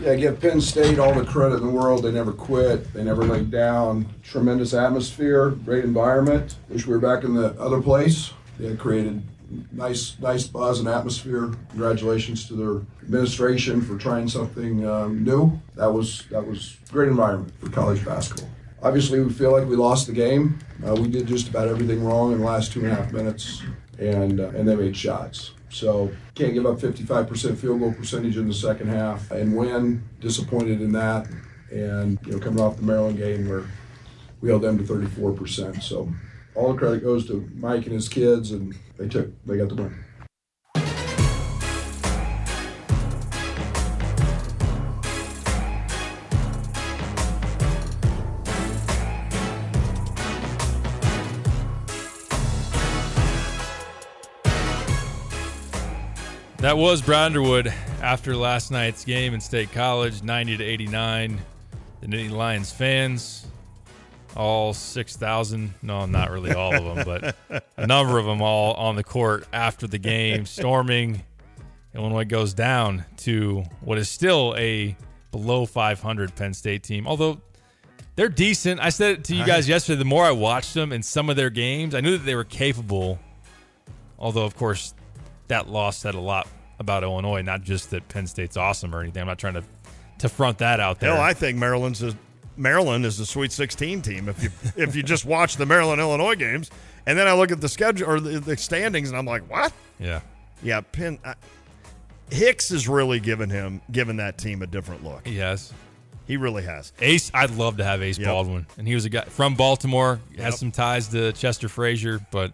Yeah, give Penn State all the credit in the world. They never quit. They never laid down. Tremendous atmosphere, great environment. Wish we were back in the other place. They had created nice, nice buzz and atmosphere. Congratulations to their administration for trying something um, new. That was that was great environment for college basketball. Obviously, we feel like we lost the game. Uh, we did just about everything wrong in the last two and a half minutes, and uh, and they made shots. So can't give up 55% field goal percentage in the second half and win. Disappointed in that, and you know coming off the Maryland game where we held them to 34%. So all the credit goes to Mike and his kids, and they took they got the win. That was Brownderwood after last night's game in State College, 90 to 89. The Nittany Lions fans, all 6,000, no, not really all of them, but a number of them all on the court after the game, storming. Illinois goes down to what is still a below 500 Penn State team, although they're decent. I said it to you guys yesterday. The more I watched them in some of their games, I knew that they were capable. Although, of course, that loss said a lot about Illinois, not just that Penn State's awesome or anything. I'm not trying to to front that out there. Hell, I think Maryland's a, Maryland is the Sweet 16 team. If you if you just watch the Maryland Illinois games, and then I look at the schedule or the, the standings, and I'm like, what? yeah, Yeah, Penn I, Hicks has really given him given that team a different look. yes. He really has. Ace, I'd love to have Ace Yep. Baldwin, and he was a guy from Baltimore, Yep. has some ties to Chester Frazier, but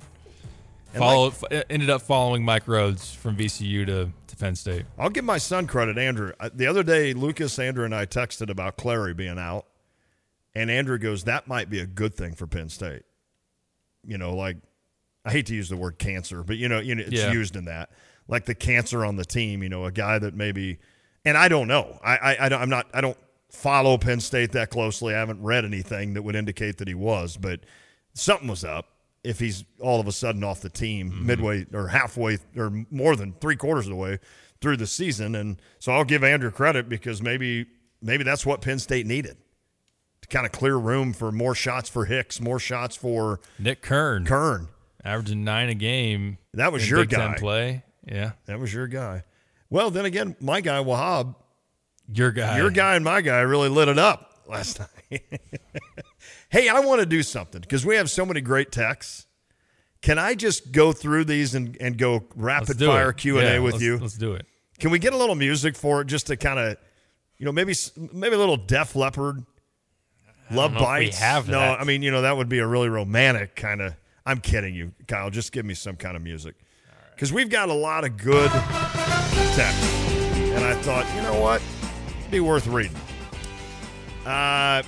And followed, f- e, ended up following Mike Rhodes from VCU to, to Penn State. I'll give my son credit, Andrew. Uh, The other day, Lucas, Andrew, and I texted about Clary being out, and Andrew goes, "That might be a good thing for Penn State." You know, like I hate to use the word cancer, but you know, you know it's Yeah. used in that, like the cancer on the team. You know, a guy that maybe, and I don't know. I, I, I don't, I'm not. I don't follow Penn State that closely. I haven't read anything that would indicate that he was, but something was up. If he's all of a sudden off the team midway or halfway or more than three quarters of the way through the season, and so I'll give Andrew credit because maybe maybe that's what Penn State needed to kind of clear room for more shots for Hicks, more shots for Nick Kern, Kern. averaging nine a game. That was in your Big Ten guy. play. Yeah, That was your guy. Well, then again, my guy Wahab, your guy. your guy and my guy really lit it up last night. hey, I want to do something because we have so many great texts. Can I just go through these and, and go Let's rapid do fire it. Q and Yeah, A with let's- you? Let's do it. Can we get a little music for it just to kind of, you know, maybe s- maybe a little Def Leopard, Love know if we Bites? have no, that. I mean, you know, that would be a really romantic kind of. I'm kidding you, Kyle. Just give me some kind of music because we've got a lot of good text, and I thought, you know what, It'd be worth reading. Uh,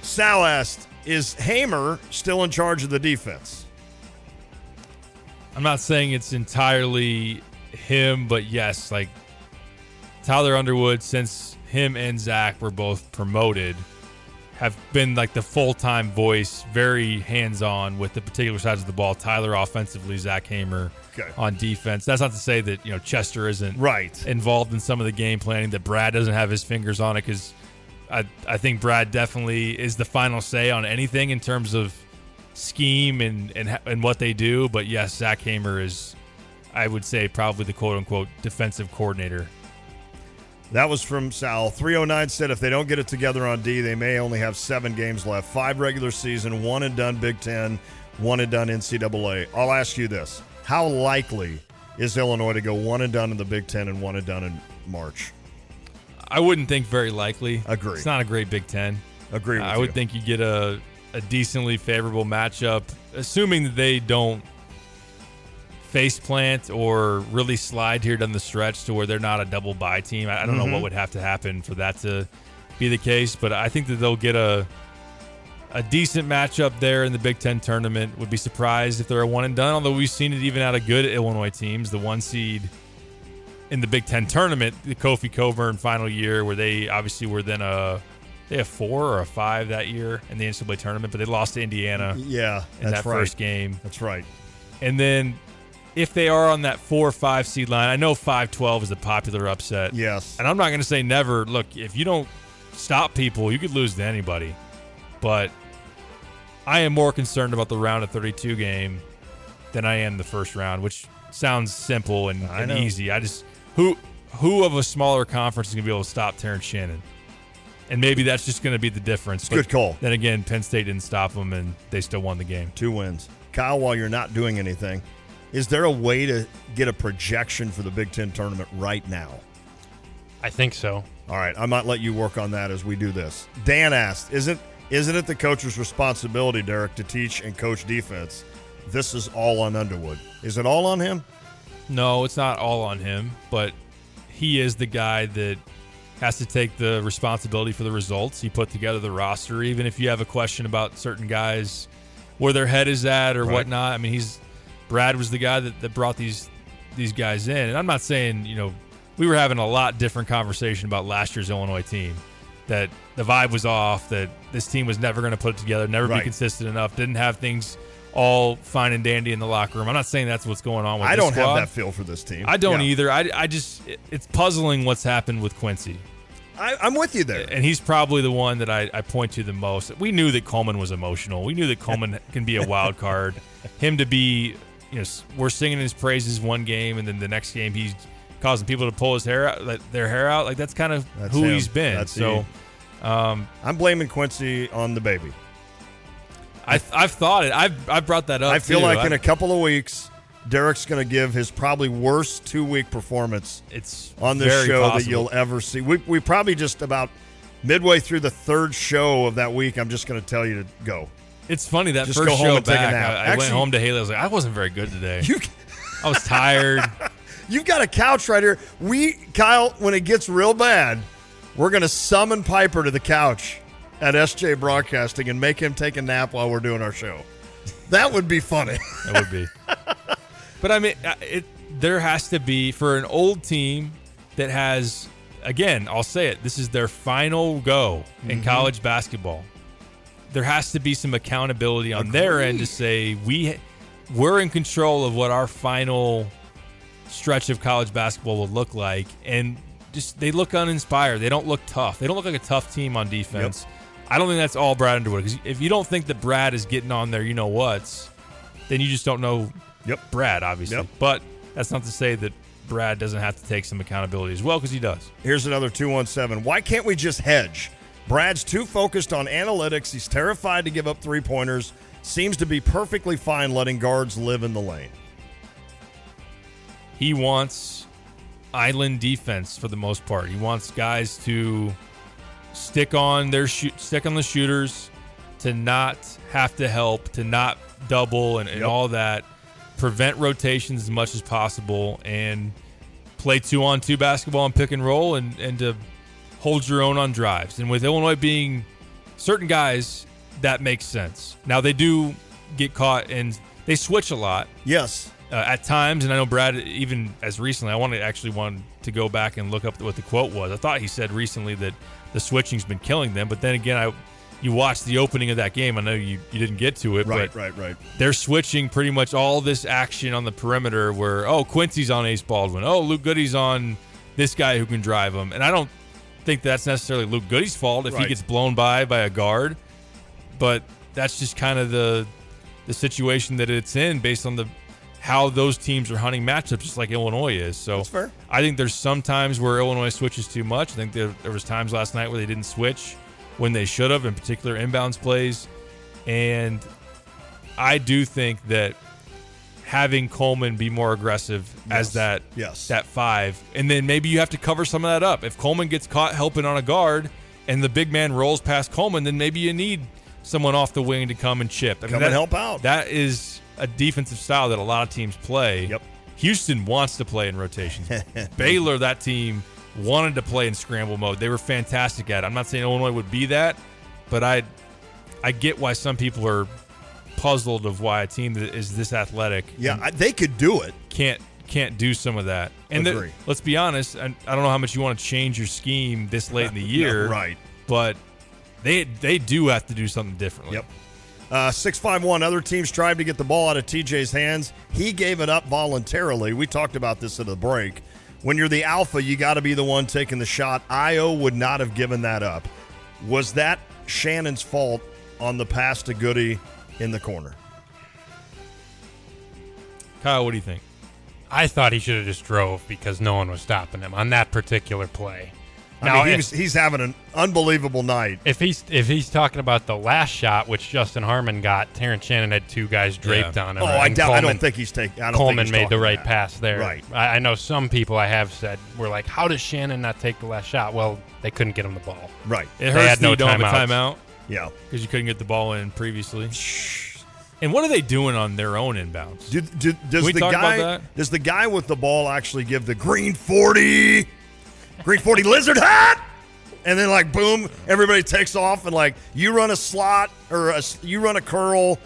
Sal asked, "Is Hamer still in charge of the defense?" I'm not saying it's entirely him, but yes, like Tyler Underwood, since him and Zach were both promoted, have been like the full time voice, very hands on with the particular sides of the ball. Tyler offensively, Zach Hamer Okay. on defense. That's not to say that, you know, Chester isn't Right. involved in some of the game planning, that Brad doesn't have his fingers on it because I, I think Brad definitely is the final say on anything in terms of scheme and and ha- and what they do. But yes, Zach Hamer is, I would say, probably the quote unquote defensive coordinator. That was from Sal. 309 said if they don't get it together on D, they may only have seven games left. Five regular season, one and done Big Ten, one and done NCAA. I'll ask you this How likely is Illinois to go one and done in the Big Ten and one and done in March? I wouldn't think very likely. Agree. It's not a great Big Ten. Agree with I you. would think you get a a decently favorable matchup, assuming that they don't face plant or really slide here down the stretch to where they're not a double bye team. I, I don't Mm-hmm. know what would have to happen for that to be the case, but I think that they'll get a a decent matchup there in the Big Ten tournament. Would be surprised if they're a one and done, although we've seen it even out of good Illinois teams. The one seed in the Big Ten tournament, the Kofi Coburn final year, where they obviously were then a they have four or a five that year in the NCAA tournament, but they lost to Indiana Yeah, in that's that right. first game, That's right. and then if they are on that four or five seed line, I know five twelve is a popular upset. Yes. And I'm not going to say never. Look, if you don't stop people, you could lose to anybody. But I am more concerned about the round of 32 game than I am the first round, which sounds simple and, I and know. easy. I just who who of a smaller conference is going to be able to stop Terrence Shannon, and maybe that's just going to be the difference. But good call. Then again, Penn State didn't stop them, and they still won the game. Two wins. Kyle, while you're not doing anything, is there a way to get a projection for the Big Ten tournament right now? I think so. All right, I might let you work on that as we do this. Dan asked, "Isn't isn't it the coach's responsibility, Derek, to teach and coach defense? This is all on Underwood. Is it all on him? No, it's not all on him, but he is the guy that has to take the responsibility for the results. He put together the roster, even if you have a question about certain guys, where their head is at or Right. whatnot. I mean, he's Brad was the guy that, that brought these these guys in, and I'm not saying you know we were having a lot different conversation about last year's Illinois team that the vibe was off, that this team was never going to put it together, never Right. be consistent enough, didn't have things all fine and dandy in the locker room. I'm not saying that's what's going on with I this don't have squad. that feel for this team. I don't Yeah. either. I, I just it- it's puzzling what's happened with Quincy, I, I'm with you there. and he's probably the one that I, I point to the most. We knew that Coleman was emotional. We knew that Coleman can be a wild card. Him to be, you know, s- we're singing his praises one game, and then the next game he's causing people to pull his hair out, like, their hair out. Like that's kind of That's who him. he's been. That's so um, I'm blaming Quincy on the baby. I I've thought it. I've I've brought that up. I feel too. like I- in a couple of weeks, Derek's going to give his probably worst two week performance it's on this very show that possible. you'll ever see. We, we probably just about midway through the third show of that week. I'm just going to tell you to go. It's funny that Just first go home show and take a back. nap. I, I Actually- went home to Haley. I was like, I wasn't very good today. You I was tired. you've got a couch right here. We Kyle, when it gets real bad, we're going to summon Piper to the couch at SJ Broadcasting and make him take a nap while we're doing our show. That would be funny. It would be. but I mean, I- it there has to be for an old team that has again, I'll say it, this is their final go in college basketball. There has to be some accountability on their end to say we we're in control of what our final stretch of college basketball will look like and just they look uninspired. They don't look tough. They don't look like a tough team on defense. I don't think that's all Brad Underwood. Because if you don't think that Brad is getting on there, you know what's, then you just don't know Yep. Brad, obviously. Yep. But that's not to say that Brad doesn't have to take some accountability as well, because he does. Here's another 217. Why can't we just hedge? Brad's too focused on analytics. He's terrified to give up three pointers. Seems to be perfectly fine letting guards live in the lane. He wants island defense for the most part. He wants guys to stick on their shoot, stick on the shooters, to not have to help, to not double, and, and Yep. all that. Prevent rotations as much as possible, and play two on two basketball and pick and roll, and and to hold your own on drives. And with Illinois being certain guys, that makes sense. Now they do get caught, and they switch a lot Yes. uh, at times, and I know Brad even as recently. I wanted actually wanted to go back and look up what the quote was. I thought he said recently that the switching's been killing them, but then again, I you watched the opening of that game. I know you, you didn't get to it, Right, but right, right. they're switching pretty much all this action on the perimeter. Where oh Quincy's on Ace Baldwin, oh Luke Goody's on this guy who can drive him, and I don't think that's necessarily Luke Goody's fault if Right. he gets blown by by a guard, but that's just kind of the the situation that it's in based on the how those teams are hunting matchups, just like Illinois is. So That's fair. I think there's some times where Illinois switches too much. I think there, there was times last night where they didn't switch when they should have, in particular inbounds plays. And I do think that having Coleman be more aggressive Yes. as that Yes. that five, and then maybe you have to cover some of that up. If Coleman gets caught helping on a guard, and the big man rolls past Coleman, then maybe you need someone off the wing to come and chip. I mean, Come and help out. That is a defensive style that a lot of teams play. Yep. Houston wants to play in rotations. Baylor, that team, wanted to play in scramble mode. They were fantastic at it. I'm not saying Illinois would be that, but I, I get why some people are puzzled of why a team that is this athletic yeah, I, they could do it. can't can't do some of that. And the- Agree. let's be honest, I, I don't know how much you want to change your scheme this late in the year, right. But they they do have to do something differently. Yep. Uh, 651, other teams tried to get the ball out of TJ's hands. He gave it up voluntarily. We talked about this at the break. When you're the alpha, you got to be the one taking the shot. Io would not have given that up. Was that Shannon's fault on the pass to Goody in the corner? Kyle, what do you think? I thought he should have just drove because no one was stopping him on that particular play. I mean, he was, he's having an unbelievable night. If he's if he's talking about the last shot, which Justin Harmon got, Terrence Shannon had two guys draped Yeah. on him. Oh, I and doubt. I Coleman- don't think he's taking. I don't Coleman think he's made the talking right that. pass there. Right. I, I know some people I have said were like, "How does Shannon not take the last shot?" Well, they couldn't get him the ball. Right. It hurts had that no you don't have a timeouts. timeout Yeah. because you couldn't get the ball in previously. And what are they doing on their own inbounds? Do, do, does we the talk about guy that? does the guy with the ball actually give the green forty, green forty lizard hat, and then like boom, everybody takes off and like you run a slot or a, s- you run a curl,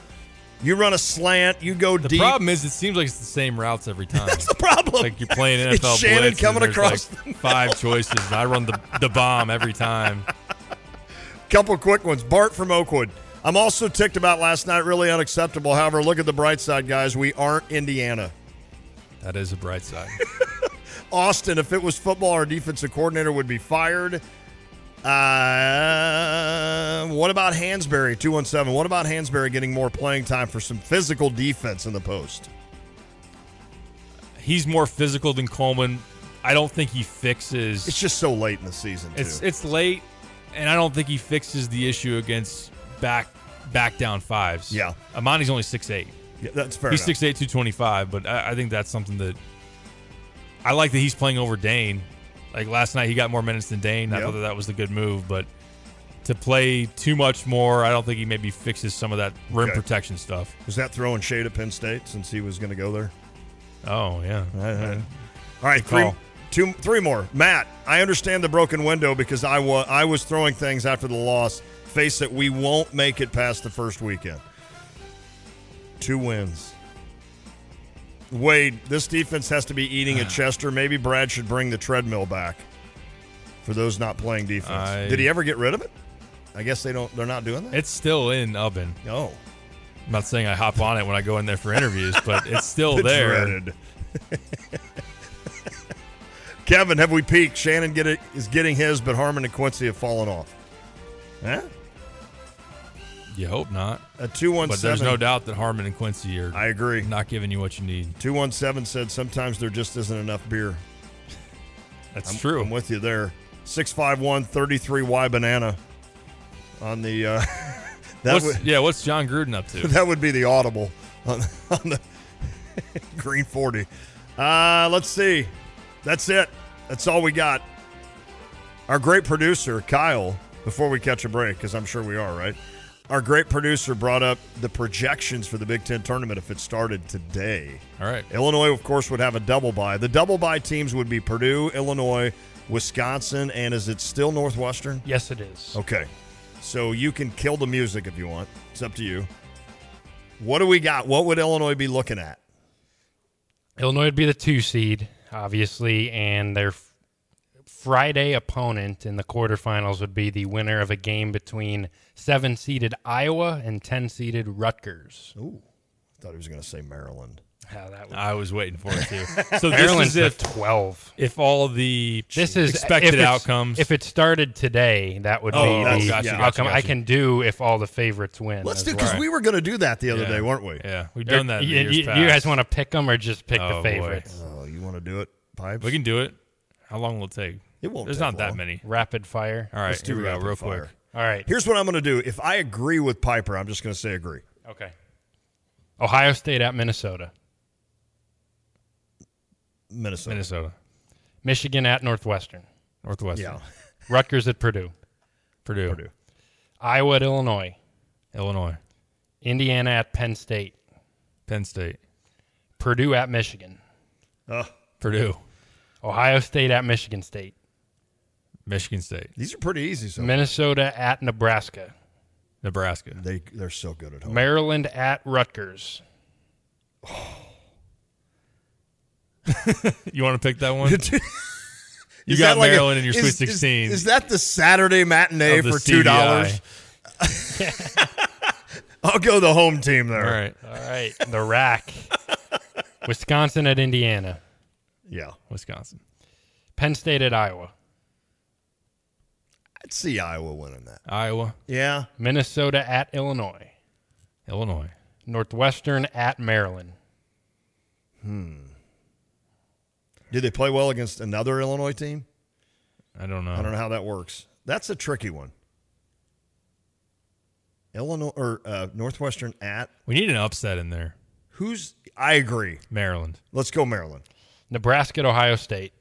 you run a slant, you go The deep. problem is, it seems like it's the same routes every time. That's the problem. like you're playing NFL It's blitz. Shannon and coming there's across like five choices. And I run the the bomb every time. Couple quick ones. Bart from Oakwood. I'm also ticked about last night. Really unacceptable. However, look at the bright side, guys. We aren't Indiana. That is a bright side. Austin, if it was football, our defensive coordinator would be fired. Uh, what about Hansberry? 217. What about Hansberry getting more playing time for some physical defense in the post? He's more physical than Coleman. I don't think he fixes. It's just so late in the season, too. It's it's late, and I don't think he fixes the issue against back back down fives. Yeah. Amani's only six eight. Yeah, that's fair He's 6'8", enough. 225, but I, I think that's something that I like that he's playing over Dane. Like last night, he got more minutes than Dane. I Yeah. thought that, that was the good move, but to play too much more, I don't think he maybe fixes some of that rim Okay. protection stuff. Was that throwing shade at Penn State since he was going to go there? Uh, Oh yeah, All right, three, call. two, three more. Matt, I understand the broken window because I was I was throwing things after the loss. Face it, we won't make it past the first weekend. Two wins. Wade, this defense has to be eating at Chester. Maybe Brad should bring the treadmill back for those not playing defense. I- Did he ever get rid of it? I guess they don't. They're not doing that. it's still in oven. no, I'm not saying I hop on it when I go in there for interviews, but it's still The there. dreaded. Kevin, have we peaked? Shannon get it is getting his, but Harmon and Quincy have fallen off. Huh? You hope not, A two one but there's seven. no doubt that Harmon and Quincy are I agree. not giving you what you need. Two one seven said sometimes there just isn't enough beer. That's I'm, true. I'm with you there. 651 33 Y banana on the uh that What's- would yeah, what's John Gruden up to? that would be the audible on, on the green 40. Uh let's see. That's it. That's all we got. Our great producer, Kyle, before we catch a break, because I'm sure we are, right? Our great producer brought up the projections for the Big Ten tournament if it started today. All right. Illinois, of course, would have a double bye. The double bye teams would be Purdue, Illinois, Wisconsin, and is it still Northwestern? Yes, it is. Okay. So you can kill the music if you want. It's up to you. What do we got? What would Illinois be looking at? Illinois would be the two seed, obviously, and their f- Friday opponent in the quarterfinals would be the winner of a game between seven seeded Iowa and ten seeded Rutgers. Ooh. I thought he was going to say Maryland. How that would I was waiting for it too. So this is Maryland's the if twelve. if all the This is if expected it's- outcomes. If it started today, that would Oh, be that's- the gotcha, gotcha, outcome. I gotcha. can do if all the favorites win. Let's as do well. because right. we were going to do that the other Yeah. day, weren't we? yeah, we've done that. in the You, years you- you past. guys want to pick them or just pick Oh, the boy. favorites? Oh, you want to do it, Pipes? We can do it. How long will it take? It won't There's take not that long. many. Rapid fire. All right, Let's do here we go, rapid real fire. quick. All right. Here's what I'm going to do. If I agree with Piper, I'm just going to say agree. Okay. Ohio State at Minnesota. Minnesota. Minnesota, Michigan at Northwestern. Northwestern, Yeah. Rutgers at Purdue. Purdue, Purdue. Iowa at Illinois. Illinois, Indiana at Penn State. Penn State, Purdue at Michigan. Ugh. Purdue, Ohio State at Michigan State. Michigan State, These are pretty easy. So Minnesota at Nebraska. Nebraska, they they're so good at home. Maryland at Rutgers. You want to pick that one? You Is got that like a- Maryland in your Sweet is- is- 16. Is, that the Saturday matinee Of the for two dollars? I'll go the home team there. All right. All right, the rack. Wisconsin at Indiana. Yeah. Wisconsin. Penn State at Iowa. I'd see Iowa winning that. Iowa. Yeah. Minnesota at Illinois. Illinois. Northwestern at Maryland. Hmm. Did they play well against another Illinois team? I don't know. I don't know how that works. That's a tricky one. Illinois or uh, Northwestern at We need an upset in there. who's? I agree. Maryland. Let's go Maryland. Nebraska at Ohio State.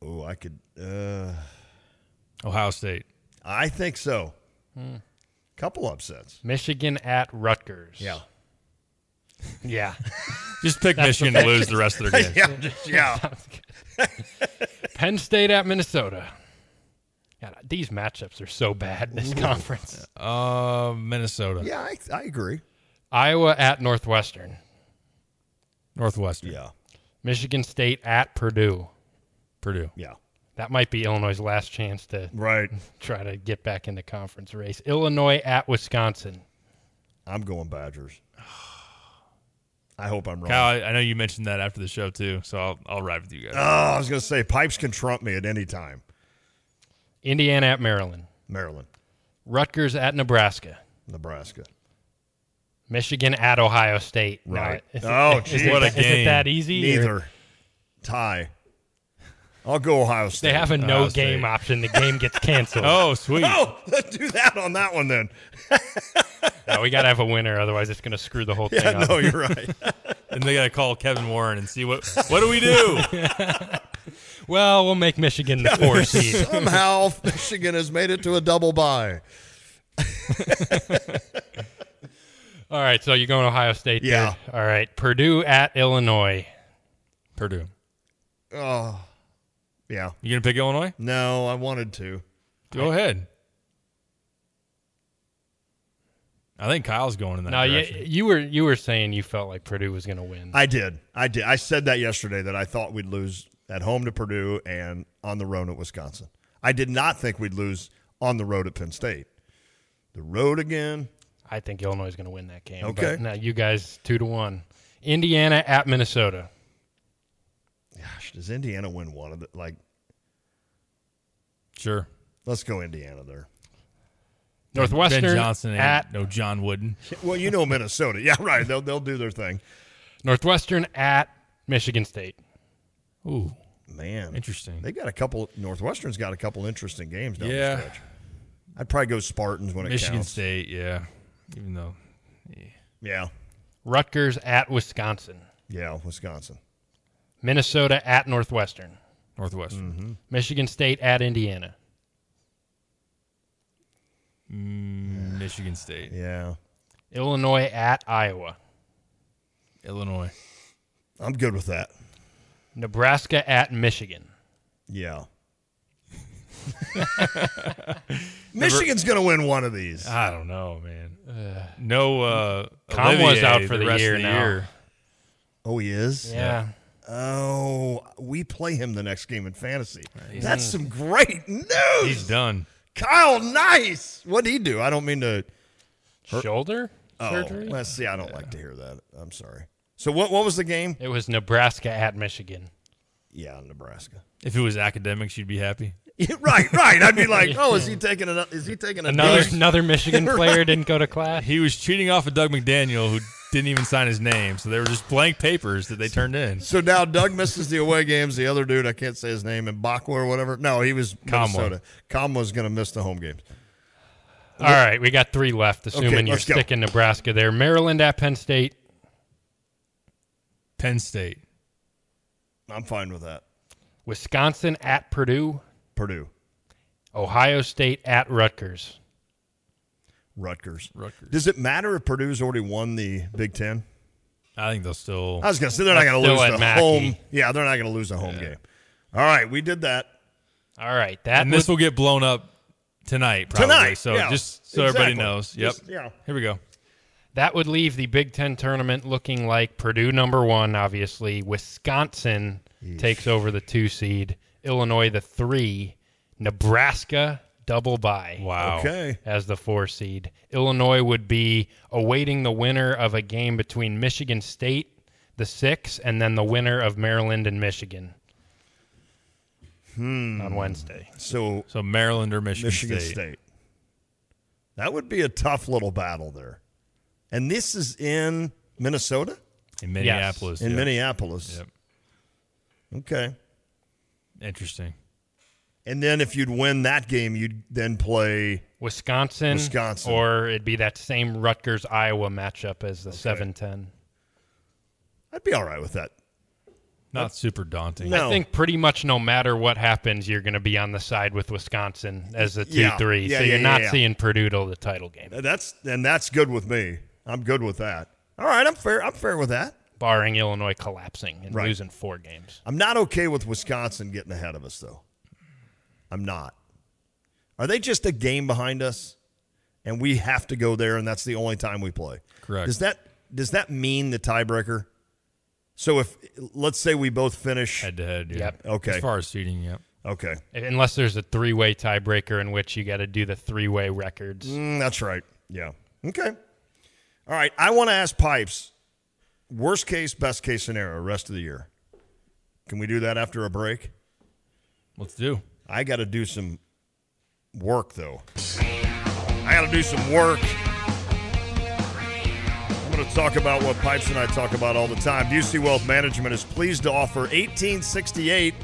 Oh, I could. Uh, Ohio State. I think so. Hmm. Couple upsets. Michigan at Rutgers. Yeah. Just pick Michigan to lose the rest of their games. yeah, just- yeah. Penn State at Minnesota. God, these matchups are so bad this conference. Uh, Minnesota. Yeah, I, I agree. Iowa at Northwestern. Northwestern. Yeah, Michigan State at Purdue. Purdue. yeah. That might be Illinois' last chance to Right. try to get back in the conference race. Illinois at Wisconsin. I'm going Badgers. I hope I'm wrong. Kyle, I, I know you mentioned that after the show too, so I'll I'll ride with you guys. oh, I was going to say pipes can trump me at any time. Indiana at Maryland. Maryland, Rutgers at Nebraska. Nebraska. Michigan at Ohio State. Now, Right. is it- oh, is geez. it, What a is it game. that easy? or- Neither. Tie. I'll go Ohio State. They have a Ohio no game State. option. The game gets canceled. Oh, sweet. Oh, let's do that on that one then. No, we got to have a winner. Otherwise, it's going to screw the whole thing Yeah, up. no, you're right. And they got to call Kevin Warren and see what what do we do? Well, we'll make Michigan the four seed. Somehow Michigan has made it to a double bye. All right, so you're going Ohio State. dude. Yeah. All right, Purdue at Illinois. Purdue. Oh, yeah. You gonna pick Illinois? No, I wanted to. Go ahead. I think Kyle's going in that Now you, direction. you were you were saying you felt like Purdue was going to win. I did. I did. I said that yesterday that I thought we'd lose at home to Purdue and on the road at Wisconsin. I did not think we'd lose on the road at Penn State. The road again. I think Illinois is going to win that game. Okay. But now you guys two to one. Indiana at Minnesota. Gosh, does Indiana win one of the like? sure. Let's go Indiana there. Northwestern Ben Johnson and at no John Wooden. Well, you know Minnesota. Yeah, right. They'll they'll do their thing. Northwestern at Michigan State. Ooh, Man, Interesting. They got a couple. Northwestern's got a couple interesting games down Yeah. the stretch. I'd probably go Spartans when it Michigan counts. State. Yeah, even though Yeah, Rutgers at Wisconsin. yeah, Wisconsin. Minnesota at Northwestern. Mm-hmm. Northwestern. Mm-hmm. Michigan State at Indiana. Mm, Michigan State. Yeah, Illinois at Iowa. Illinois. I'm good with that. Nebraska at Michigan. Yeah. Michigan's going to win one of these. Ah, I don't know, man. no, uh, Conway's Olivier out for the rest year of now. oh, he is? Yeah. Oh, we play him the next game in fantasy. That's Mm. some great news. He's done. Kyle Nice. What'd he do? I don't mean to. Shoulder Oh, surgery? let's see. I don't like to hear that. I'm sorry. So, what, what was the game? It was Nebraska at Michigan. Yeah, Nebraska. If it was academics, you'd be happy. right, right. I'd be like, oh, is he taking another? Is he taking Another another? another Michigan player didn't go to class. He was cheating off of Doug McDaniel, who didn't even sign his name. So they were just blank papers that they turned in. So now Doug misses the away games. The other dude, I can't say his name, and Bakwa or whatever. No, he was Conway. Minnesota. Conway's going to miss the home games. All right, we got three left, assuming Okay, you're let's go. sticking Nebraska there. Maryland at Penn State. Penn State, I'm fine with that. Wisconsin at Purdue. Purdue, Ohio State at Rutgers. Rutgers. Rutgers. Does it matter if Purdue's already won the Big Ten? I think they'll still. I was going to say they're not That's going to lose still at the Mackey. home. Yeah, they're not going to lose a home game. All right, we did that. All right, that And this would- will get blown up tonight, probably. Tonight, So yeah, just so everybody exactly. knows. Yep. Just- yeah. Here we go. That would leave the Big Ten tournament looking like Purdue number one, obviously. Wisconsin takes over the two seed, Illinois the three, Nebraska double bye Wow. Okay. as the four seed. Illinois would be awaiting the winner of a game between Michigan State, the six, and then the winner of Maryland and Michigan on Wednesday. Hmm. So So Maryland or Michigan, Michigan State. State. That would be a tough little battle there. And this is in Minnesota? in Minneapolis. In yeah. Minneapolis. Yep. Okay. Interesting. And then if you'd win that game, you'd then play Wisconsin, Wisconsin. or it'd be that same Rutgers Iowa matchup as the seven ten. I'd be all right with that. Not super daunting. No. I think pretty much no matter what happens, you're going to be on the side with Wisconsin as the two Yeah. three. Yeah, so yeah, you're yeah, not yeah. seeing Purdue till the title game, That's and that's good with me. I'm good with that. All right, I'm fair. I'm fair with that. barring Illinois collapsing and Right. losing four games. I'm not okay with Wisconsin getting ahead of us though. I'm not. Are they just a game behind us? And we have to go there and that's the only time we play. Correct. Does that does that mean the tiebreaker? So if let's say we both finish Head to head. Yeah. Yep. Okay. As far as seeding, yep. Okay. Unless there's a three way tiebreaker in which you got to do the three way records. Mm, that's right. Yeah. Okay. All right. I want to ask Pipes worst case, best case scenario, rest of the year. Can we do that after a break? Let's do. I got to do some work, though. I got to do some work. I'm going to talk about what Pipes and I talk about all the time. UC Wealth Management is pleased to offer 1868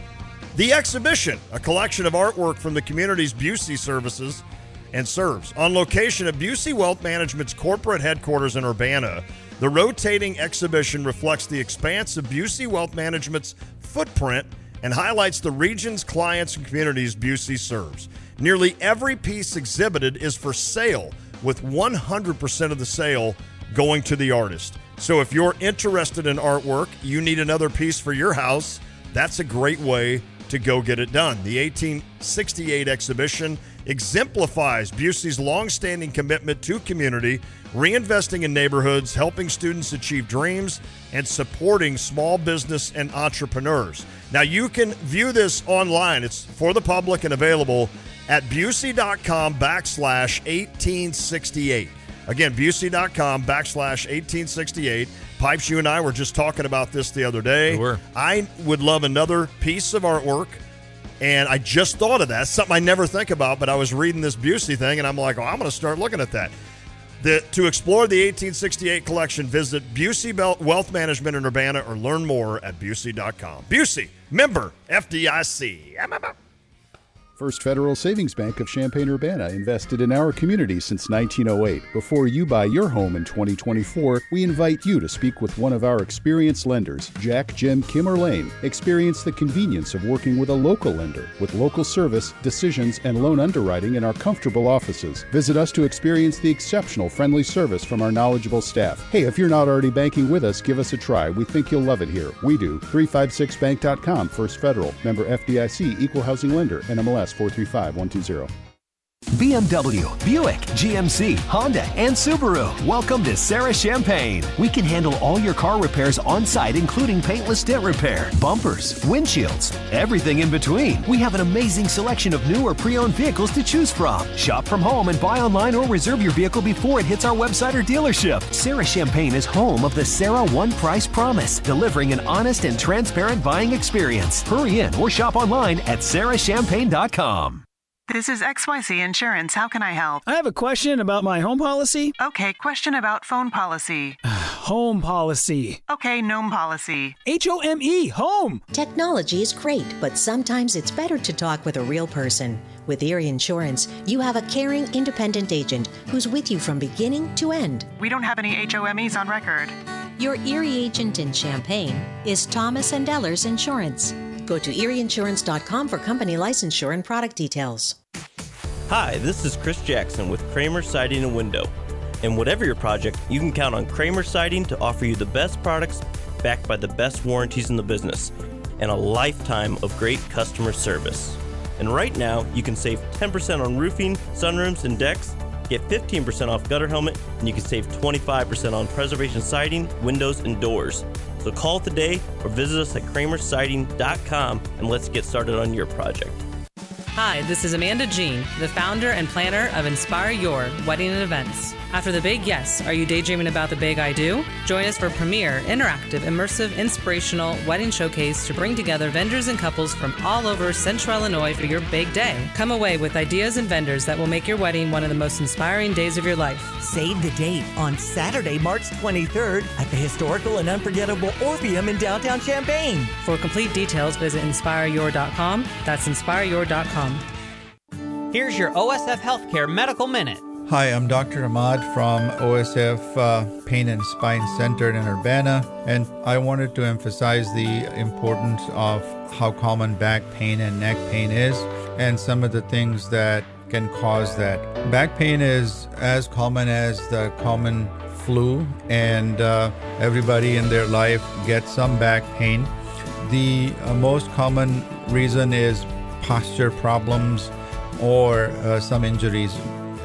The Exhibition, a collection of artwork from the community's Busey services and serves. On location at Busey Wealth Management's corporate headquarters in Urbana, the rotating exhibition reflects the expanse of Busey Wealth Management's footprint and highlights the region's clients and communities Busey serves. Nearly every piece exhibited is for sale, with 100% of the sale going to the artist. So if you're interested in artwork, you need another piece for your house, that's a great way to go get it done. The 1868 exhibition exemplifies Busey's longstanding commitment to community, reinvesting in neighborhoods, helping students achieve dreams, and supporting small business and entrepreneurs. Now you can view this online. It's for the public and available at Busey.com backslash 1868. Again, Busey.com backslash 1868. Pipes, you and I were just talking about this the other day. We were. I would love another piece of artwork, and I just thought of that. It's something I never think about, but I was reading this Busey thing, and I'm like, oh, I'm going to start looking at that. The, to explore the 1868 collection, visit Busey Bel- Wealth Management in Urbana or learn more at Busey.com. Busey, member, FDIC. First Federal Savings Bank of Champaign Urbana invested in our community since 1908. Before you buy your home in 2024, we invite you to speak with one of our experienced lenders, Jack, Jim, Kim, or Lane. Experience the convenience of working with a local lender with local service, decisions, and loan underwriting in our comfortable offices. Visit us to experience the exceptional friendly service from our knowledgeable staff. Hey, if you're not already banking with us, give us a try. We think you'll love it here. We do. 356bank.com, First Federal, member FDIC, equal housing lender, NMLS 435120. BMW, Buick, GMC, Honda, and Subaru. Welcome to Sarah Champagne. We can handle all your car repairs on site, including paintless dent repair, bumpers, windshields, everything in between. We have an amazing selection of new or pre owned vehicles to choose from. Shop from home and buy online or reserve your vehicle before it hits our website or dealership. Sarah Champagne is home of the Sarah One Price Promise, delivering an honest and transparent buying experience. Hurry in or shop online at sarahchampagne.com. This is XYZ Insurance. How can I help? I have a question about my home policy. Okay, question about phone policy. Home policy. Okay, gnome policy. H O M E, home. Technology is great, but sometimes it's better to talk with a real person. With Erie Insurance, you have a caring, independent agent who's with you from beginning to end. We don't have any HOMEs on record. Your Erie agent in Champaign is Thomas and Ellers Insurance. Go to erieinsurance.com for company licensure and product details. Hi, this is Chris Jackson with Kramer Siding and Window. And whatever your project, you can count on Kramer Siding to offer you the best products backed by the best warranties in the business and a lifetime of great customer service. And right now, you can save 10% on roofing, sunrooms, and decks, get 15% off gutter helmet, and you can save 25% on preservation siding, windows, and doors. So call today or visit us at kramersiding.com and let's get started on your project. Hi, this is Amanda Jean, the founder and planner of Inspire Your Wedding and Events. After the big yes, are you daydreaming about the big I do? Join us for Premier Interactive, Immersive, Inspirational Wedding Showcase to bring together vendors and couples from all over Central Illinois for your big day. Come away with ideas and vendors that will make your wedding one of the most inspiring days of your life. Save the date on Saturday, March 23rd at the historical and unforgettable Orpheum in downtown Champaign. For complete details, visit inspireyour.com. That's inspireyour.com. Here's your OSF Healthcare Medical Minute. Hi, I'm Dr. Ahmad from OSF uh, Pain and Spine Center in Urbana, and I wanted to emphasize the importance of how common back pain and neck pain is and some of the things that can cause that. Back pain is as common as the common flu, and uh, everybody in their life gets some back pain. The uh, most common reason is posture problems or uh, some injuries.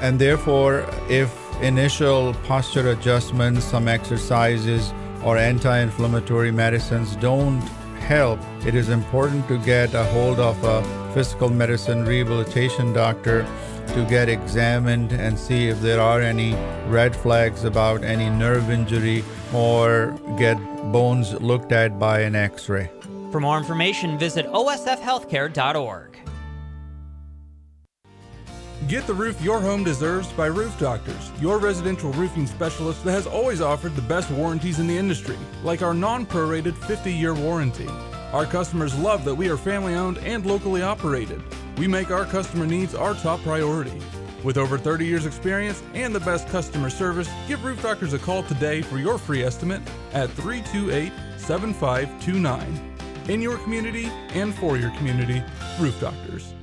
And therefore, if initial posture adjustments, some exercises, or anti inflammatory medicines don't help, it is important to get a hold of a physical medicine rehabilitation doctor to get examined and see if there are any red flags about any nerve injury or get bones looked at by an x ray. For more information, visit osfhealthcare.org. Get the roof your home deserves by Roof Doctors, your residential roofing specialist that has always offered the best warranties in the industry, like our non prorated 50 year warranty. Our customers love that we are family owned and locally operated. We make our customer needs our top priority. With over 30 years' experience and the best customer service, give Roof Doctors a call today for your free estimate at 328 7529. In your community and for your community, Roof Doctors.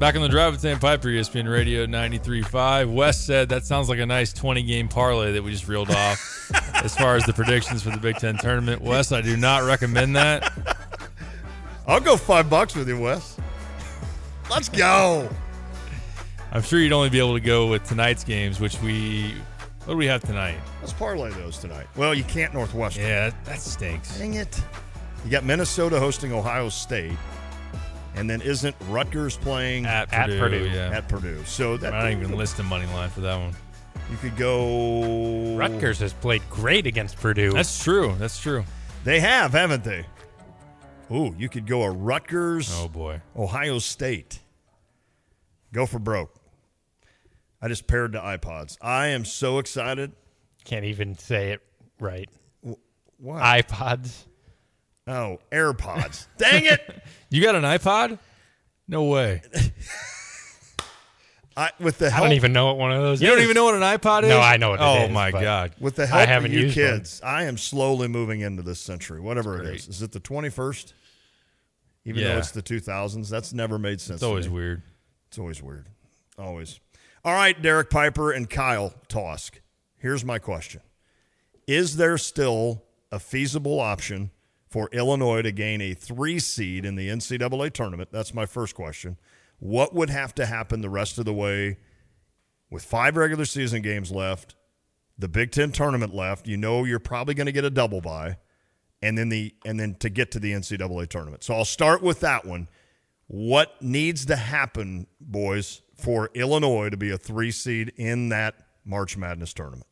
Back on the drive with Sam Piper, E ESPN Radio 93.5. Wes said that sounds like a nice 20 game parlay that we just reeled off as far as the predictions for the Big Ten tournament. Wes, I do not recommend that. I'll go five bucks with you, Wes. Let's go. I'm sure you'd only be able to go with tonight's games, which we. What do we have tonight? Let's parlay those tonight. Well, you can't Northwestern. Yeah, that, that stinks. Dang it. You got Minnesota hosting Ohio State. And then isn't Rutgers playing At Purdue, yeah. At Purdue. So that I'm not even listing money line for that one. You could go. Rutgers has played great against Purdue. That's true. That's true. They have, haven't they? Ooh, you could go a Rutgers. Oh boy, Ohio State. Go for broke. I just paired the iPods. I am so excited. Can't even say it right. What iPods. Oh, AirPods. Dang it! You got an iPod? No way. I, with the I help, don't even know what one of those. You is. don't even know what an iPod is? No, I know what it Oh is, my but- god. with the I help haven't of you used one. kids, I am slowly moving into this century, whatever it is. Is it the 21st? Even Yeah. though it's the 2000s, that's never made sense. It's to always me. weird. It's always weird. Always. All right, Derek Piper and Kyle Tosk. Here's my question Is there still a feasible option for Illinois to gain a three seed in the NCAA tournament? That's my first question. What would have to happen the rest of the way with five regular season games left, the Big Ten tournament left? You know you're probably going to get a double bye. And then the and then to get to the NCAA tournament. So I'll start with that one what needs to happen, boys, for Illinois to be a three seed in that March Madness tournament?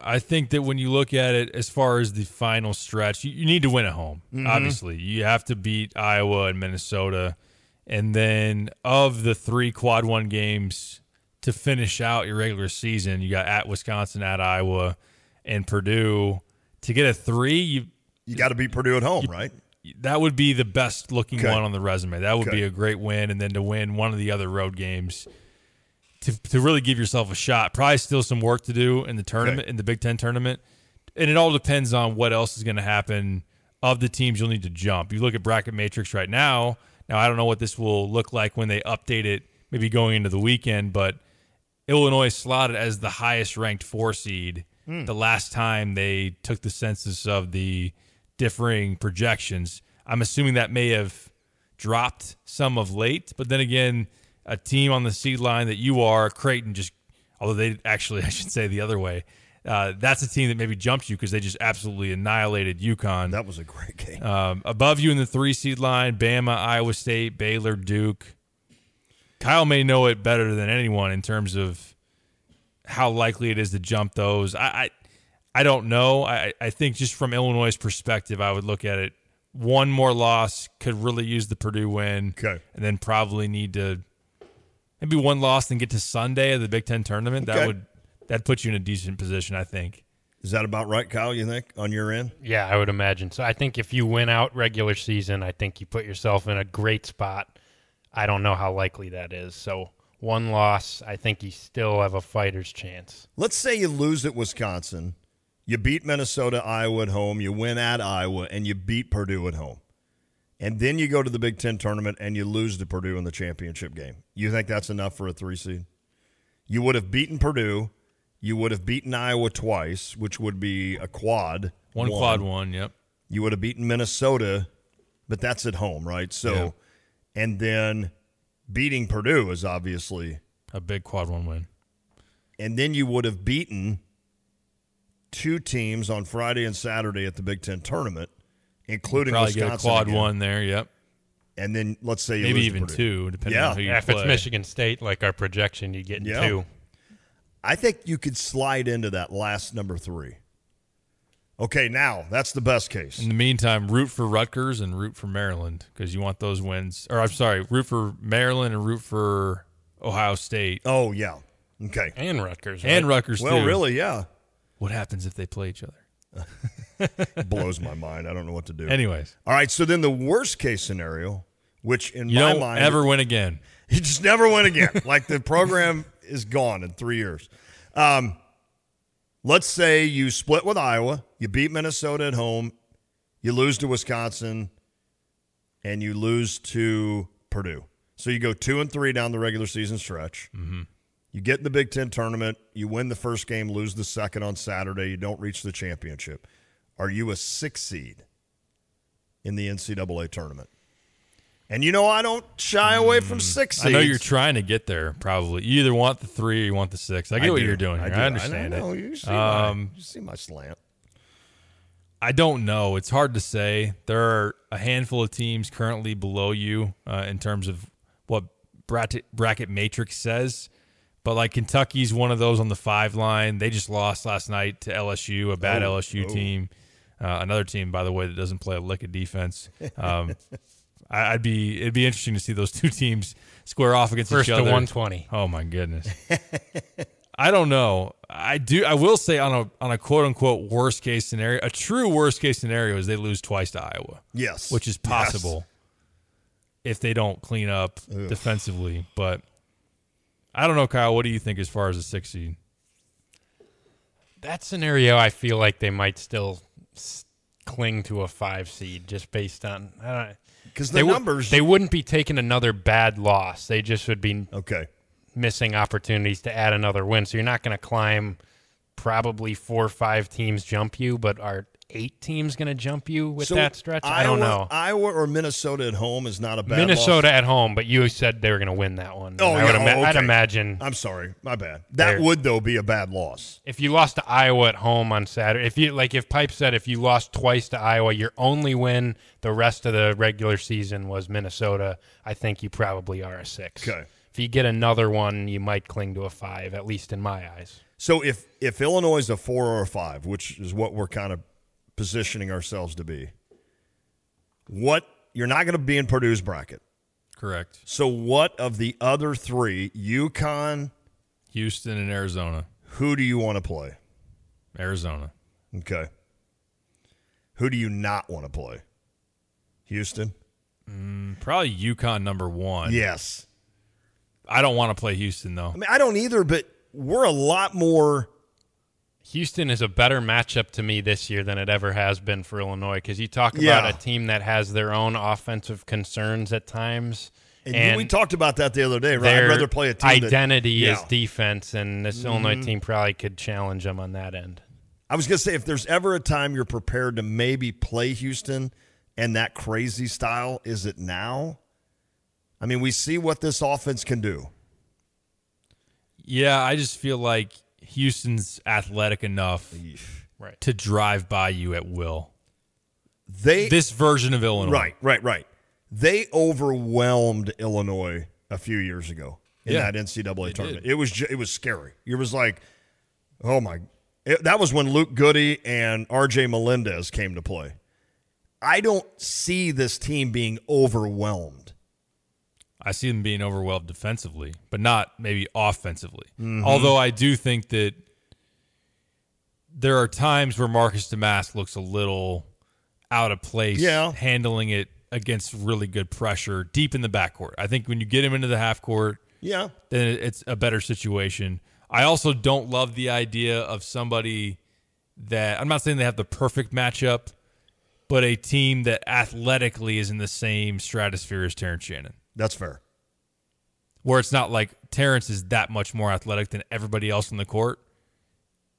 I think that when you look at it as far as the final stretch, you, you need to win at home. Mhm. Obviously, you have to beat Iowa and Minnesota, and then of the three quad one games to finish out your regular season, you got at Wisconsin, at Iowa, and Purdue. To get a three, you You got to beat Purdue at home, right? that would be the best looking Okay. one on the resume. That would Okay. be a great win, and then to win one of the other road games to to really give yourself a shot. Probably still some work to do in the tournament, in the Big Ten tournament, and it all depends on what else is going to happen of the teams you'll need to jump. You look at bracket matrix right now. Now, I don't know what this will look like when they update it, maybe going into the weekend, but Illinois slotted as the highest ranked four seed Hmm. the last time they took the census of the differing projections. I'm assuming that may have dropped some of late, but then again, a team on the seed line that you are, Creighton, just although they actually, I should say the other way, uh, that's a team that maybe jumped you because they just absolutely annihilated UConn. That was a great game. Um, above you in the three seed line, Bama, Iowa State, Baylor, Duke. Kyle may know it better than anyone in terms of how likely it is to jump those. I I, I don't know. I, I think just from Illinois' perspective, I would look at it. One more loss could really use the Purdue win. Okay. And then probably need to maybe one loss and get to Sunday of the Big Ten tournament. Okay. That would that puts you in a decent position, I think. Is that about right, Kyle, you think, on your end? Yeah, I would imagine. So I think if you win out regular season, I think you put yourself in a great spot. I don't know how likely that is. So one loss, I think you still have a fighter's chance. Let's say you lose at Wisconsin, you beat Minnesota, Iowa at home, you win at Iowa, and you beat Purdue at home. And then you go to the Big Ten tournament and you lose to Purdue in the championship game. You think that's enough for a three seed? You would have beaten Purdue. You would have beaten Iowa twice, which would be a quad. One quad one, yep. You would have beaten Minnesota, but that's at home, right? So, Yeah. and then beating Purdue is obviously a big quad one win. And then you would have beaten two teams on Friday and Saturday at the Big Ten tournament, including Probably get a Wisconsin. quad again. one there, yep. And then let's say you Maybe lose to even Purdue. two, depending yeah. on who you Yeah, if it's play. Michigan State, like our projection, you get Yeah. two. I think you could slide into that last number three. Okay, now that's the best case. In the meantime, root for Rutgers and root for Maryland because you want those wins. Or I'm sorry, root for Maryland and root for Ohio State. Oh yeah, okay. And Rutgers, and right? Rutgers. Well, too. really, yeah. What happens if they play each other? Blows my mind. I don't know what to do. Anyways. all right. So then the worst case scenario, which in You my don't mind ever win again. You just never win again. like the program is gone in three years. Um, let's say you split with Iowa, you beat Minnesota at home, you lose to Wisconsin, and you lose to Purdue. So you go two and three down the regular season stretch. Mhm. You get in the Big Ten tournament, you win the first game, lose the second on Saturday, you don't reach the championship. Are you a six seed in the NCAA tournament? And you know I don't shy away from six seeds. I know you're trying to get there. Probably you either want the three or you want the six. I get I what do. you're doing. I here. do. I, I understand know. it. You see my- um, you see my slant. I don't know. It's hard to say. There are a handful of teams currently below you uh, in terms of what bracket, bracket matrix says. But like Kentucky's one of those on the five line. They just lost last night to LSU, a bad Oh, LSU oh. team. Uh, another team, by the way, that doesn't play a lick of defense. Um, I, I'd be it'd be interesting to see those two teams square off against First each to other. 120. Oh my goodness. I don't know. I do. I will say on a on a quote unquote worst case scenario, a true worst case scenario is they lose twice to Iowa. Yes. which is possible if they don't clean up Ugh. defensively. But I don't know, Kyle. What do you think as far as the six seed? That scenario, I feel like they might still s- cling to a five seed just based on I don't 'Cause the they wou- numbers- they wouldn't be taking another bad loss. They just would be okay missing opportunities to add another win. So you're not going to climb. Probably four or five teams jump you, but are eight teams going to jump you with So that stretch? I don't Iowa- know. Iowa or Minnesota at home is not a bad Minnesota at home, but you said they were going to win that one. Loss. Oh, And I yeah. would ima- oh, I'd okay. imagine I'm sorry, my bad. That They're- would though be a bad loss. if you lost to Iowa at home on Saturday, if you like, if Pipe said if you lost twice to Iowa, your only win the rest of the regular season was Minnesota. I think you probably are a six. Okay. If you get another one, you might cling to a five, at least in my eyes. So if if Illinois is a four or a five, which is what we're kind of positioning ourselves to be, what you're not going to be in Purdue's bracket. Correct. So what of the other three, UConn, Houston, and Arizona? Who do you want to play? Arizona. Okay. Who do you not want to play? Houston. Mm, probably UConn number one. Yes. I don't want to play Houston though. I mean, I don't either, but we're a lot more Houston is a better matchup to me this year than it ever has been for Illinois because you talk about Yeah. a team that has their own offensive concerns at times. And, we talked about that the other day, right? I'd their rather play a team that- identity Yeah. is defense, and this Illinois Mhm. team probably could challenge them on that end. I was going to say, if there's ever a time you're prepared to maybe play Houston and that crazy style, is it now? I mean, we see what this offense can do. Yeah, I just feel like Houston's athletic enough right. to drive by you at will. They this version of Illinois, Right, right, right. They overwhelmed Illinois a few years ago in Yeah. that NCAA They tournament. It was ju- it was scary. It was like, oh my! It- that was when Luke Goody and R.J. Melendez came to play. I don't see this team being overwhelmed. I see them being overwhelmed defensively, but not maybe offensively. Mhm. Although I do think that there are times where Marcus Damas looks a little out of place Yeah. handling it against really good pressure deep in the backcourt. I think when you get him into the half court, Yeah. then it- it's a better situation. I also don't love the idea of somebody that I'm not saying they have the perfect matchup, but a team that athletically is in the same stratosphere as Terrence Shannon That's fair. where it's not like Terrence is that much more athletic than everybody else on the court.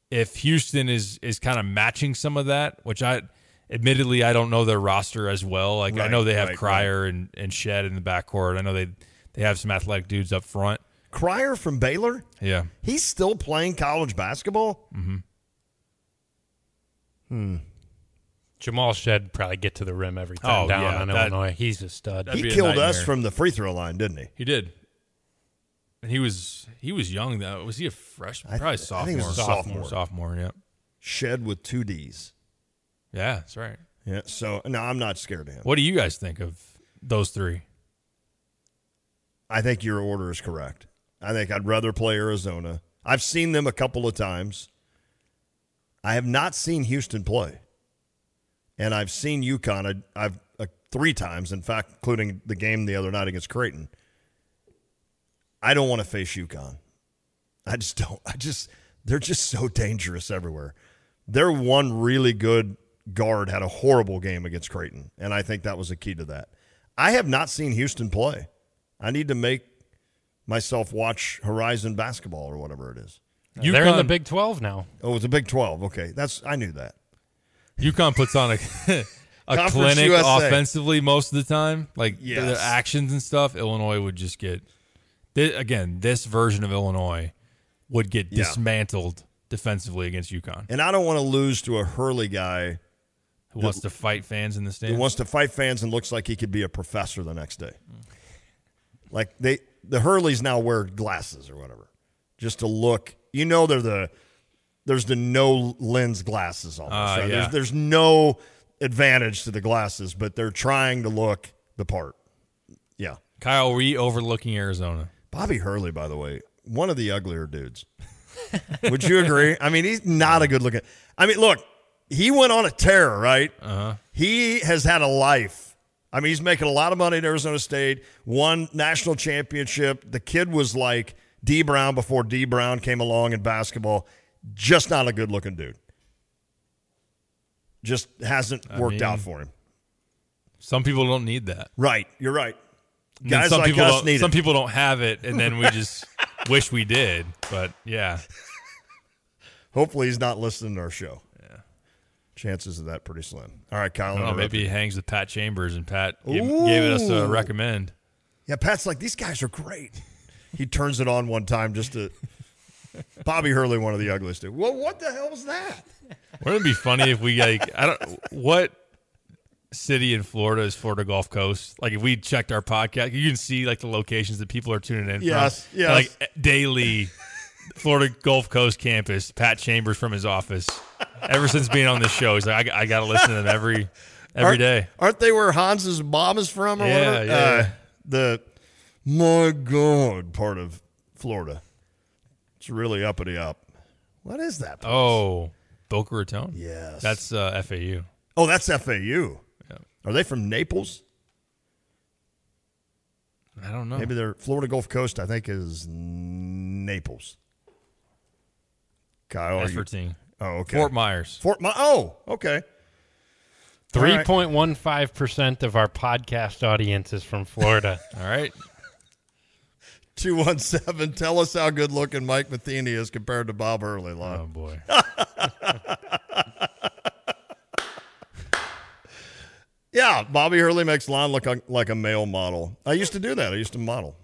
If Houston is is kind of matching some of that, which I admittedly I don't know their roster as well. Like I Right, know they have right, Crier and and Shed in the backcourt. I know they they have some athletic dudes up front. Crier from Baylor, Yeah. he's still playing college basketball. Mm-hmm. Hmm. Jamal Shed probably get to the rim every time Oh, down yeah, on that- Illinois. Uh, He's a stud. He killed us from the free throw line, didn't he? He did. And he was he was young though. Was he a freshman? I- Probably I sophomore. think he was a sophomore. Sophomore. Yeah. Shed with two D's. Yeah, that's right. Yeah. So no, I'm not scared of him. What do you guys think of those three? I think your order is correct. I think I'd rather play Arizona. I've seen them a couple of times. I have not seen Houston play. And I've seen UConn I, I've uh, three times, in fact, including the game the other night against Creighton. I don't want to face UConn. I just don't. I just they're just so dangerous everywhere. Their one really good guard had a horrible game against Creighton, and I think that was a key to that. I have not seen Houston play. I need to make myself watch Horizon basketball or whatever it is. They're in the Big 12 now. Oh, it's a Big Twelve. Okay, that's I knew that. UConn puts on a a Conference clinic USA. offensively most of the time, like Yes. their actions and stuff. Illinois would just get thi- again this version of Illinois would get Yeah. dismantled defensively against UConn. And I don't want to lose to a Hurley guy Who wants to fight fans in the stands? Who wants to fight fans and looks like he could be a professor the next day. Like they the Hurleys now wear glasses or whatever. Just to look. You know they're the there's the no lens glasses on. Ah, right? yeah. There's there's no advantage to the glasses, but they're trying to look the part. Yeah. Kyle Ree overlooking Arizona. Bobby Hurley, by the way, one of the uglier dudes. Would you agree? I mean, he's not a good looking. I mean, look, he went on a tear, right? Uh-huh. He has had a life. I mean, he's making a lot of money at Arizona State, won national championship. The kid was like D Brown before D Brown came along in basketball. Just not a good looking dude. Just hasn't I worked mean, out for him. Some people don't need that. Right. You're right. And then Guys some like people us don't- need some it. people don't have it, and then we just wish we did. But yeah, Hopefully, he's not listening to our show. Yeah. Chances of that pretty slim. All right, I Kyle. don't know, interrupt maybe he you. hangs with Pat Chambers, and Pat gave, gave us a Ooh. recommend. Yeah, Pat's like these guys are great. he turns it on one time just to. Bobby Hurley, one of the ugliest dude. Well, what the hell was that? Wouldn't it be funny if we like I don't what city in Florida is Florida Gulf Coast? Like if we checked our podcast, you can see like the locations that people are tuning in. Yes, from. yes. Like daily, Florida Gulf Coast campus. Pat Chambers from his office. Ever since being on this show, he's like I, got to listen to them every every Aren't- day. Aren't they where Hans's mom is from or Yeah, whatever? yeah, Uh, yeah. the my God part of Florida. It's really uppity up. What is that? place? Oh, Boca Raton. Yes, that's uh, FAU. Oh, that's FAU. Are they from Naples? I don't know. Maybe they're Florida Gulf Coast. I think is Naples. Kyle, are you, Esfertine. Oh, okay. Fort Myers. Fort My- Oh, okay. Three point one five percent of our podcast audience is from Florida. All right. 217, tell us how good looking Mike Matheny is compared to Bob Hurley. Oh, boy. yeah, Bobby Hurley makes Lon look like- like a male model. I used to do that. I used to model.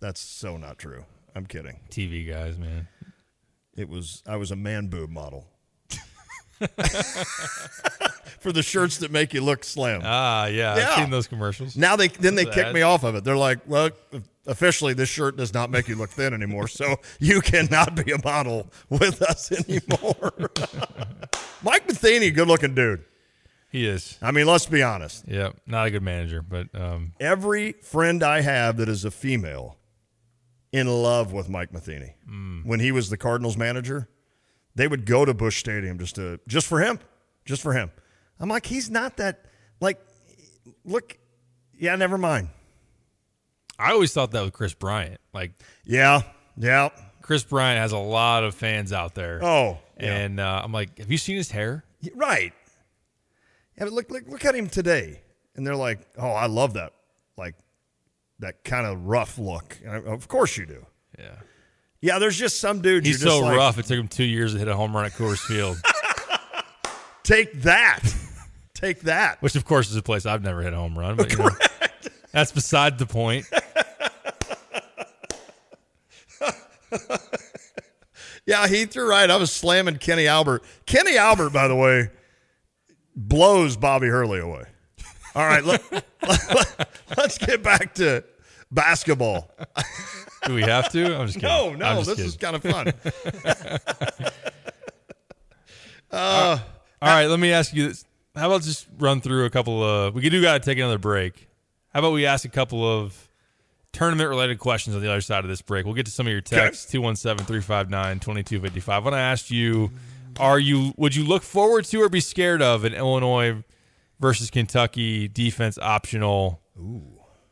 That's so not true. I'm kidding. TV guys, man. It was, I was a man boob model. For the shirts that make you look slim. Ah, yeah, I've seen those commercials. Now they then they Those kick ads. me off of it. They're like, well, officially this shirt does not make you look thin anymore, so you cannot be a model with us anymore. Mike Matheny, good looking dude. He is. I mean, let's be honest. Yeah, not a good manager, but um, Every friend I have that is a female in love with Mike Matheny. Mm. When he was the Cardinals manager, they would go to Bush Stadium just to just for him. Just for him. I'm like, he's not that like look, yeah, never mind. I always thought that was Chris Bryant. Like, yeah, yeah. Chris Bryant has a lot of fans out there. Oh, yeah. and uh, I'm like, have you seen his hair? Right. Yeah, but look, look, look at him today, and they're like, "Oh, I love that, like that kind of rough look." And I, of course you do. Yeah. Yeah, there's just some dude. He's you're so just like, rough. It took him two years to hit a home run at Coors Field, Take that. Take that. which of course is a place I've never hit a home run. But, you know, that's beside the point. Yeah, he threw right. I was slamming Kenny Albert. Kenny Albert, by the way, blows Bobby Hurley away. All right, let, us get back to basketball. Do we have to? I'm just kidding. No, no, I'm just this is kind of fun. Uh, all right, let me ask you this. How about just run through a couple of we do gotta take another break. How about we ask a couple of tournament related questions on the other side of this break? We'll get to some of your texts, 217-359-2255. When I asked you, are you would you look forward to or be scared of an Illinois versus Kentucky defense optional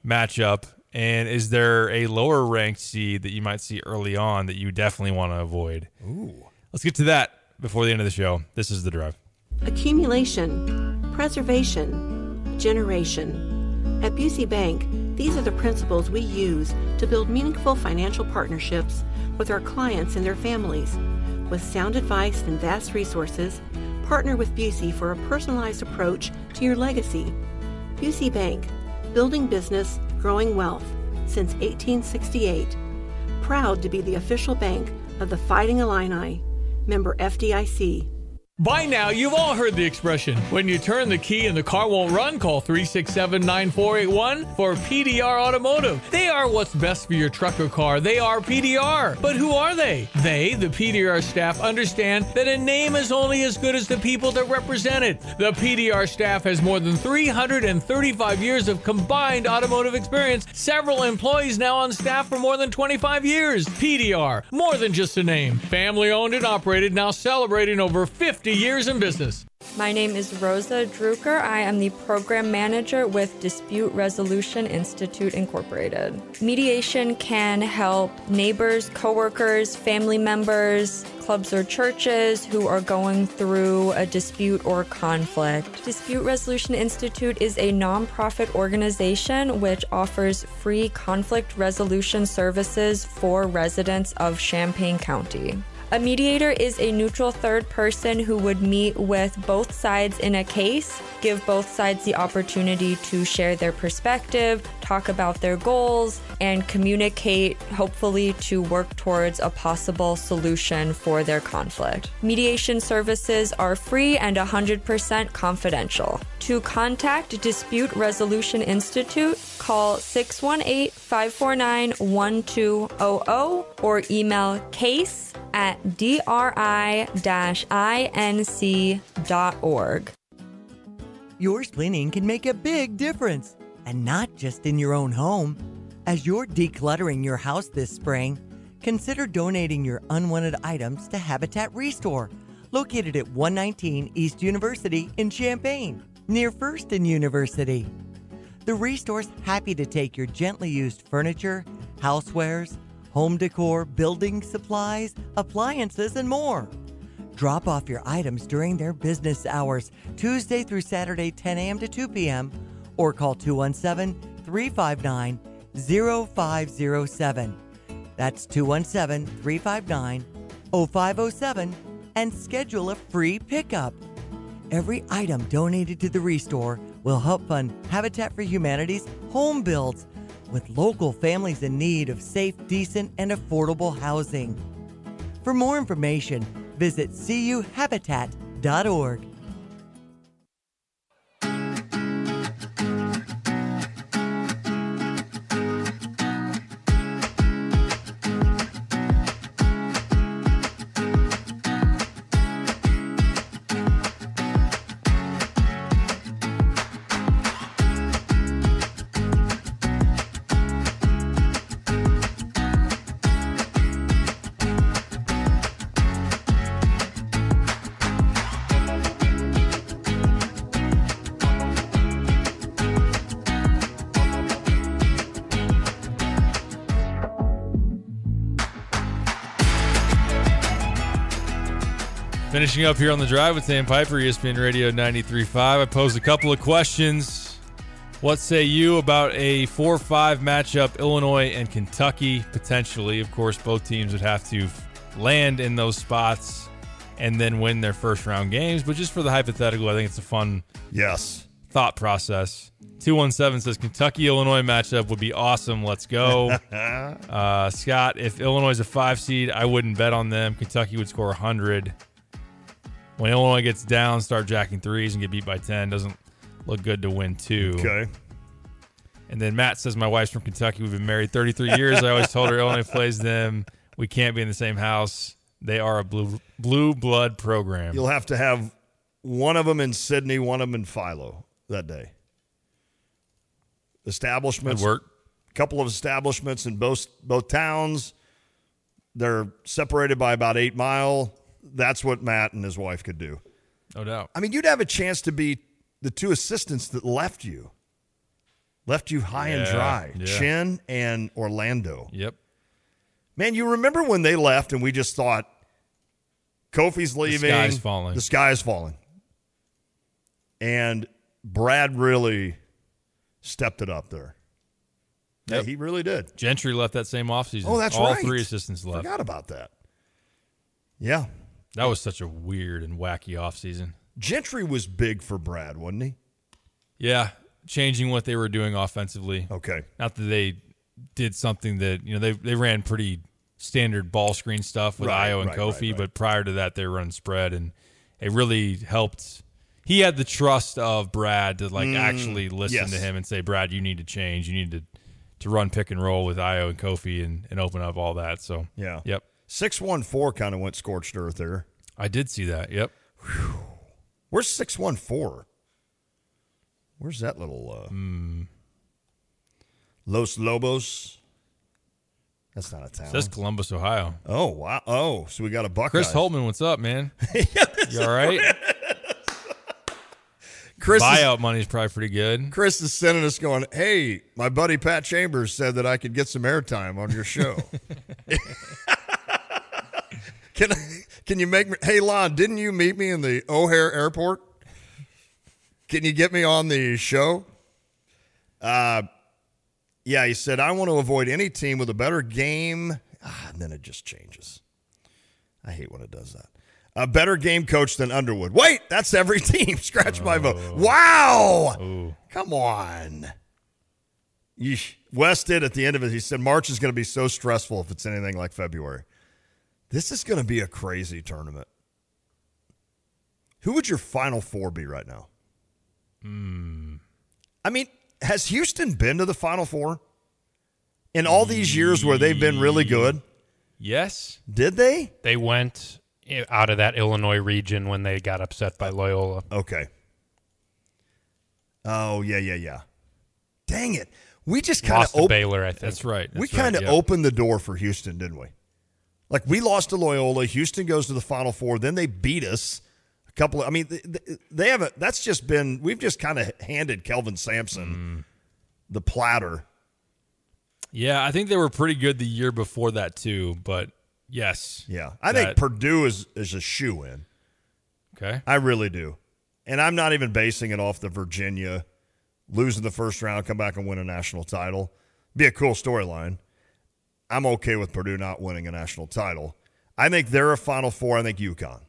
matchup? And is there a lower ranked seed that you might see early on that you definitely want to avoid? Ooh. Let's get to that before the end of the show. This is the drive. Accumulation, preservation, generation. At Busey Bank, these are the principles we use to build meaningful financial partnerships with our clients and their families. With sound advice and vast resources, partner with Busey for a personalized approach to your legacy. Busey Bank, building business, growing wealth since 1868. Proud to be the official bank of the Fighting Illini. Member FDIC. By now, you've all heard the expression when you turn the key and the car won't run, call 367 9481 for PDR Automotive. They are what's best for your truck or car. They are PDR. But who are they? They, the PDR staff, understand that a name is only as good as the people that represent it. The PDR staff has more than 335 years of combined automotive experience, several employees now on staff for more than 25 years. PDR, more than just a name. Family owned and operated, now celebrating over 50 years in business. My name is Rosa Drucker. I am the program manager with Dispute Resolution Institute Incorporated. Mediation can help neighbors, coworkers, family members, clubs or churches who are going through a dispute or conflict. Dispute Resolution Institute is a nonprofit organization which offers free conflict resolution services for residents of Champaign County. A mediator is a neutral third person who would meet with both sides in a case, give both sides the opportunity to share their perspective, talk about their goals, and communicate, hopefully, to work towards a possible solution for their conflict. Mediation services are free and 100% confidential. To contact Dispute Resolution Institute, call 618 549 1200 or email case at dri-inc.org. Your cleaning can make a big difference, and not just in your own home. As you're decluttering your house this spring, consider donating your unwanted items to Habitat Restore, located at 119 East University in Champaign, near First and University. The Restore's happy to take your gently used furniture, housewares, home decor, building supplies, appliances, and more. Drop off your items during their business hours, Tuesday through Saturday, 10 a.m. to 2 p.m., or call 217 359 0507. That's 217 359 0507 and schedule a free pickup. Every item donated to the Restore will help fund Habitat for Humanity's home builds with local families in need of safe, decent, and affordable housing. For more information, visit cuhabitat.org. Finishing up here on the drive with Sam Piper, E ESPN Radio 93.5. I posed a couple of questions. What say you about a 4 5 matchup, Illinois and Kentucky, potentially? Of course, both teams would have to land in those spots and then win their first round games. But just for the hypothetical, I think it's a fun yes thought process. 217 says Kentucky Illinois matchup would be awesome. Let's go. uh, Scott, if Illinois is a five seed, I wouldn't bet on them. Kentucky would score 100 when Illinois gets down, start jacking threes and get beat by 10. Doesn't look good to win two. Okay. And then Matt says, My wife's from Kentucky. We've been married 33 years. I always told her Illinois plays them. We can't be in the same house. They are a blue, blue blood program. You'll have to have one of them in Sydney, one of them in Philo that day. Establishments. That'd work. Couple of establishments in both both towns. They're separated by about eight mile. That's what Matt and his wife could do. No doubt. I mean, you'd have a chance to be the two assistants that left you, left you high and Yeah, dry, yeah. Chin and Orlando. Yep. Man, you remember when they left and we just thought Kofi's leaving. sky's falling. The sky is falling. And Brad really stepped it up there. Yeah, he really did. Gentry left that same offseason. Oh, that's All right. three assistants left. Forgot about that. Yeah. That was such a weird and wacky offseason. Gentry was big for Brad, wasn't he? Yeah, changing what they were doing offensively. Okay. Not that they did something that you know they they ran pretty standard ball screen stuff with Right, Io and right, Kofi, but prior to that they were running spread and it really helped. He had the trust of Brad to like Mm, actually listen yes. to him and say, Brad, you need to change. You need to to run pick and roll with Io and Kofi and, and open up all that. So Yeah. Yep. Six one four kind of went scorched earth there. I did see that. Yep. Where's six one four? Where's that little uh, Hmm. Los Lobos? That's not a town. says Columbus, Ohio. Oh wow! Oh, so we got a buck. Chris Holtman, what's up, man? you all right? Chris is- buyout money is probably pretty good. Chris is sending us going. Hey, my buddy Pat Chambers said that I could get some airtime on your show. can I, can you make me? Hey, Lon, didn't you meet me in the O'Hare Airport? Can you get me on the show? Uh, yeah, he said I want to avoid any team with a better game. Ah, and then it just changes. I hate when it does that. A better game coach than Underwood. Wait, that's every team. Scratch my vote. Oh. Wow. Come on. Yeesh. Wes did at the end of it. He said March is going to be so stressful if it's anything like February. This is going to be a crazy tournament. Who would your final four be right now? Hmm. I mean, has Houston been to the final four in all these years where they've been really good? Yes. Did they? They went i- out of that Illinois region when they got upset by Loyola. Okay. Oh yeah, yeah, yeah. Dang it. We just kind of Lost to Baylor, I think. That's right. we kind of opened the door for Houston, didn't we? Like we lost to Loyola. Houston goes to the Final Four. Then they beat us. A couple of, I mean, th- th- they haven't. That's just been. We've just kind of handed Kelvin Mm. Sampson the platter. Yeah, I think they were pretty good the year before that too, but Yes. Yeah. I That- think Purdue is, is a shoe in. Okay. I really do. And I'm not even basing it off the Virginia losing the first round, come back and win a national title. Be a cool storyline. I'm okay with Purdue not winning a national title. I think they're a Final Four. I think UConn.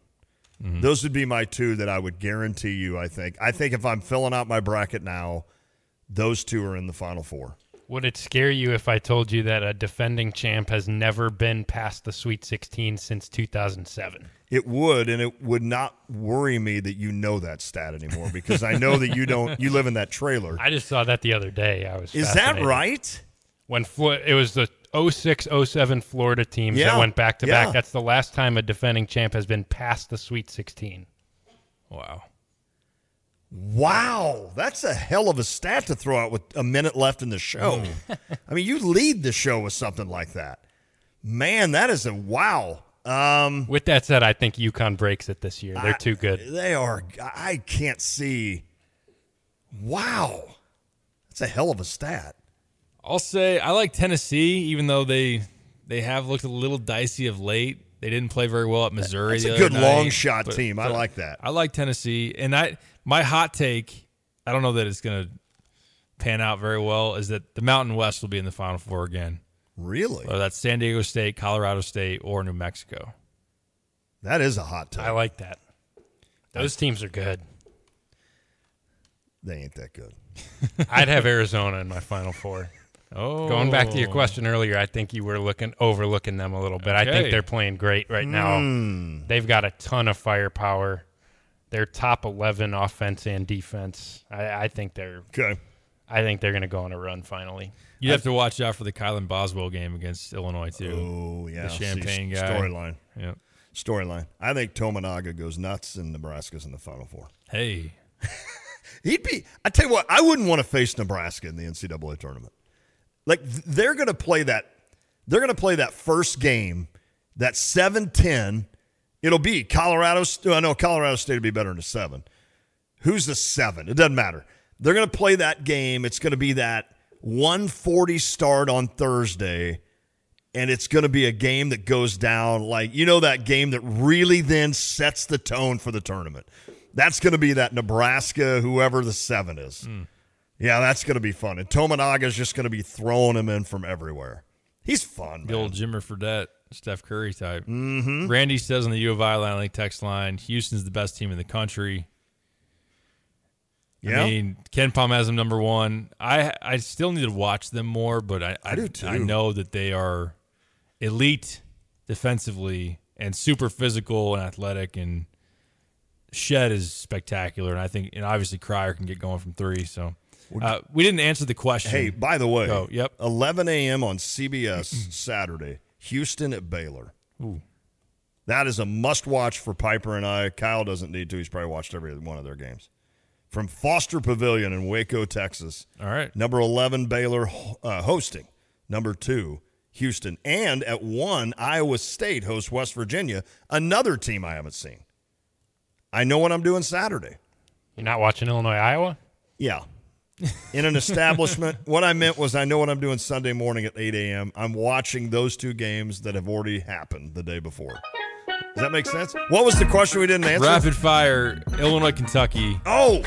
Mm-hmm. Those would be my two that I would guarantee you. I think. I think if I'm filling out my bracket now, those two are in the Final Four. Would it scare you if I told you that a defending champ has never been past the Sweet 16 since 2007? It would, and it would not worry me that you know that stat anymore because I know that you don't. You live in that trailer. I just saw that the other day. I was. Is that fascinated. right? When Flo- it was the 06 07 Florida teams Yeah, that went back to yeah. back. That's the last time a defending champ has been past the Sweet 16. Wow. Wow, that's a hell of a stat to throw out with a minute left in the show. Oh. I mean, you lead the show with something like that. Man, that is a wow. Um, With that said, I think UConn breaks it this year. They're I- too good. They are. I can't see. Wow, that's a hell of a stat. I'll say I like Tennessee, even though they they have looked a little dicey of late. They didn't play very well at Missouri. That's a the other good night, long shot but- team. I but like that. I like Tennessee, and I my hot take. I don't know that it's going to pan out very well. Is that the Mountain West will be in the Final Four again? Really? Whether that's San Diego State, Colorado State, or New Mexico. That is a hot take. I like that. Those teams are good. They ain't that good. I'd have Arizona in my Final Four. Oh, Going back to your question earlier, I think you were looking overlooking them a little bit. I Okay. think they're playing great right now. Mm. They've got a ton of firepower. They're top eleven offense and defense. I, I think they're okay. I think they're going to go on a run finally. You have to watch out for the Kylan Boswell game against Illinois too. Oh yeah, the see, champagne guy storyline. Yeah, storyline. I think Tominaga goes nuts and Nebraska's in the Final Four. Hey, he'd be. I tell you what, I wouldn't want to face Nebraska in the NCAA tournament. Like th- they're going to play that. They're going to play that first game, that 7-10. It'll be Colorado. St- I know Colorado State would be better than a seven. Who's the seven? It doesn't matter. They're going to play that game. It's going to be that 140 start on Thursday, and it's going to be a game that goes down like, you know, that game that really then sets the tone for the tournament. That's going to be that Nebraska, whoever the seven is. Hmm. Yeah, that's going to be fun. And Tominaga's just going to be throwing him in from everywhere. He's fun, The old Jimmer Fredette, Steph Curry type. Mm-hmm. Randy says on the U of I line link text line, Houston's the best team in the country. Yeah. I mean, Ken Palm has them number one. I I still need to watch them more, but I I, do too. I know that they are elite defensively and super physical and athletic and Shed is spectacular, and I think and obviously Crier can get going from three. So uh, we didn't answer the question. Hey, by the way, Go. yep, 11 a.m. on CBS Saturday, Houston at Baylor. Ooh. That is a must watch for Piper and I. Kyle doesn't need to. He's probably watched every one of their games. From Foster Pavilion in Waco, Texas. All right. Number 11, Baylor uh, hosting. Number two, Houston. And at one, Iowa State hosts West Virginia, another team I haven't seen. I know what I'm doing Saturday. You're not watching Illinois, Iowa? Yeah. In an establishment. what I meant was I know what I'm doing Sunday morning at 8 a.m. I'm watching those two games that have already happened the day before. Does that make sense? What was the question we didn't answer? Rapid fire, Illinois, Kentucky. Oh!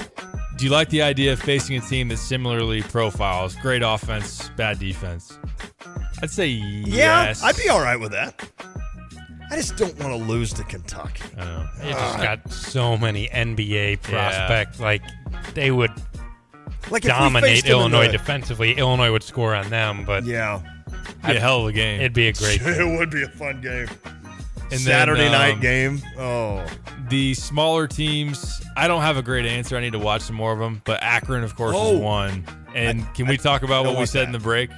Do you like the idea of facing a team that similarly profiles great offense, bad defense? I'd say Yeah, yes. I'd be all right with that. I just don't want to lose to Kentucky. I know. Uh, They just got so many NBA prospects. Like they would Like, if we faced dominate them in Illinois the- defensively. Illinois would score on them, but yeah, Be a hell of a game. It'd be a great. game. uh, it would be a fun game. then, Saturday um, night game. Oh, The smaller teams, I don't have a great answer. I need to watch some more of them. But Akron, of course, Oh. is one. And can we talk about don't what we want said in the break?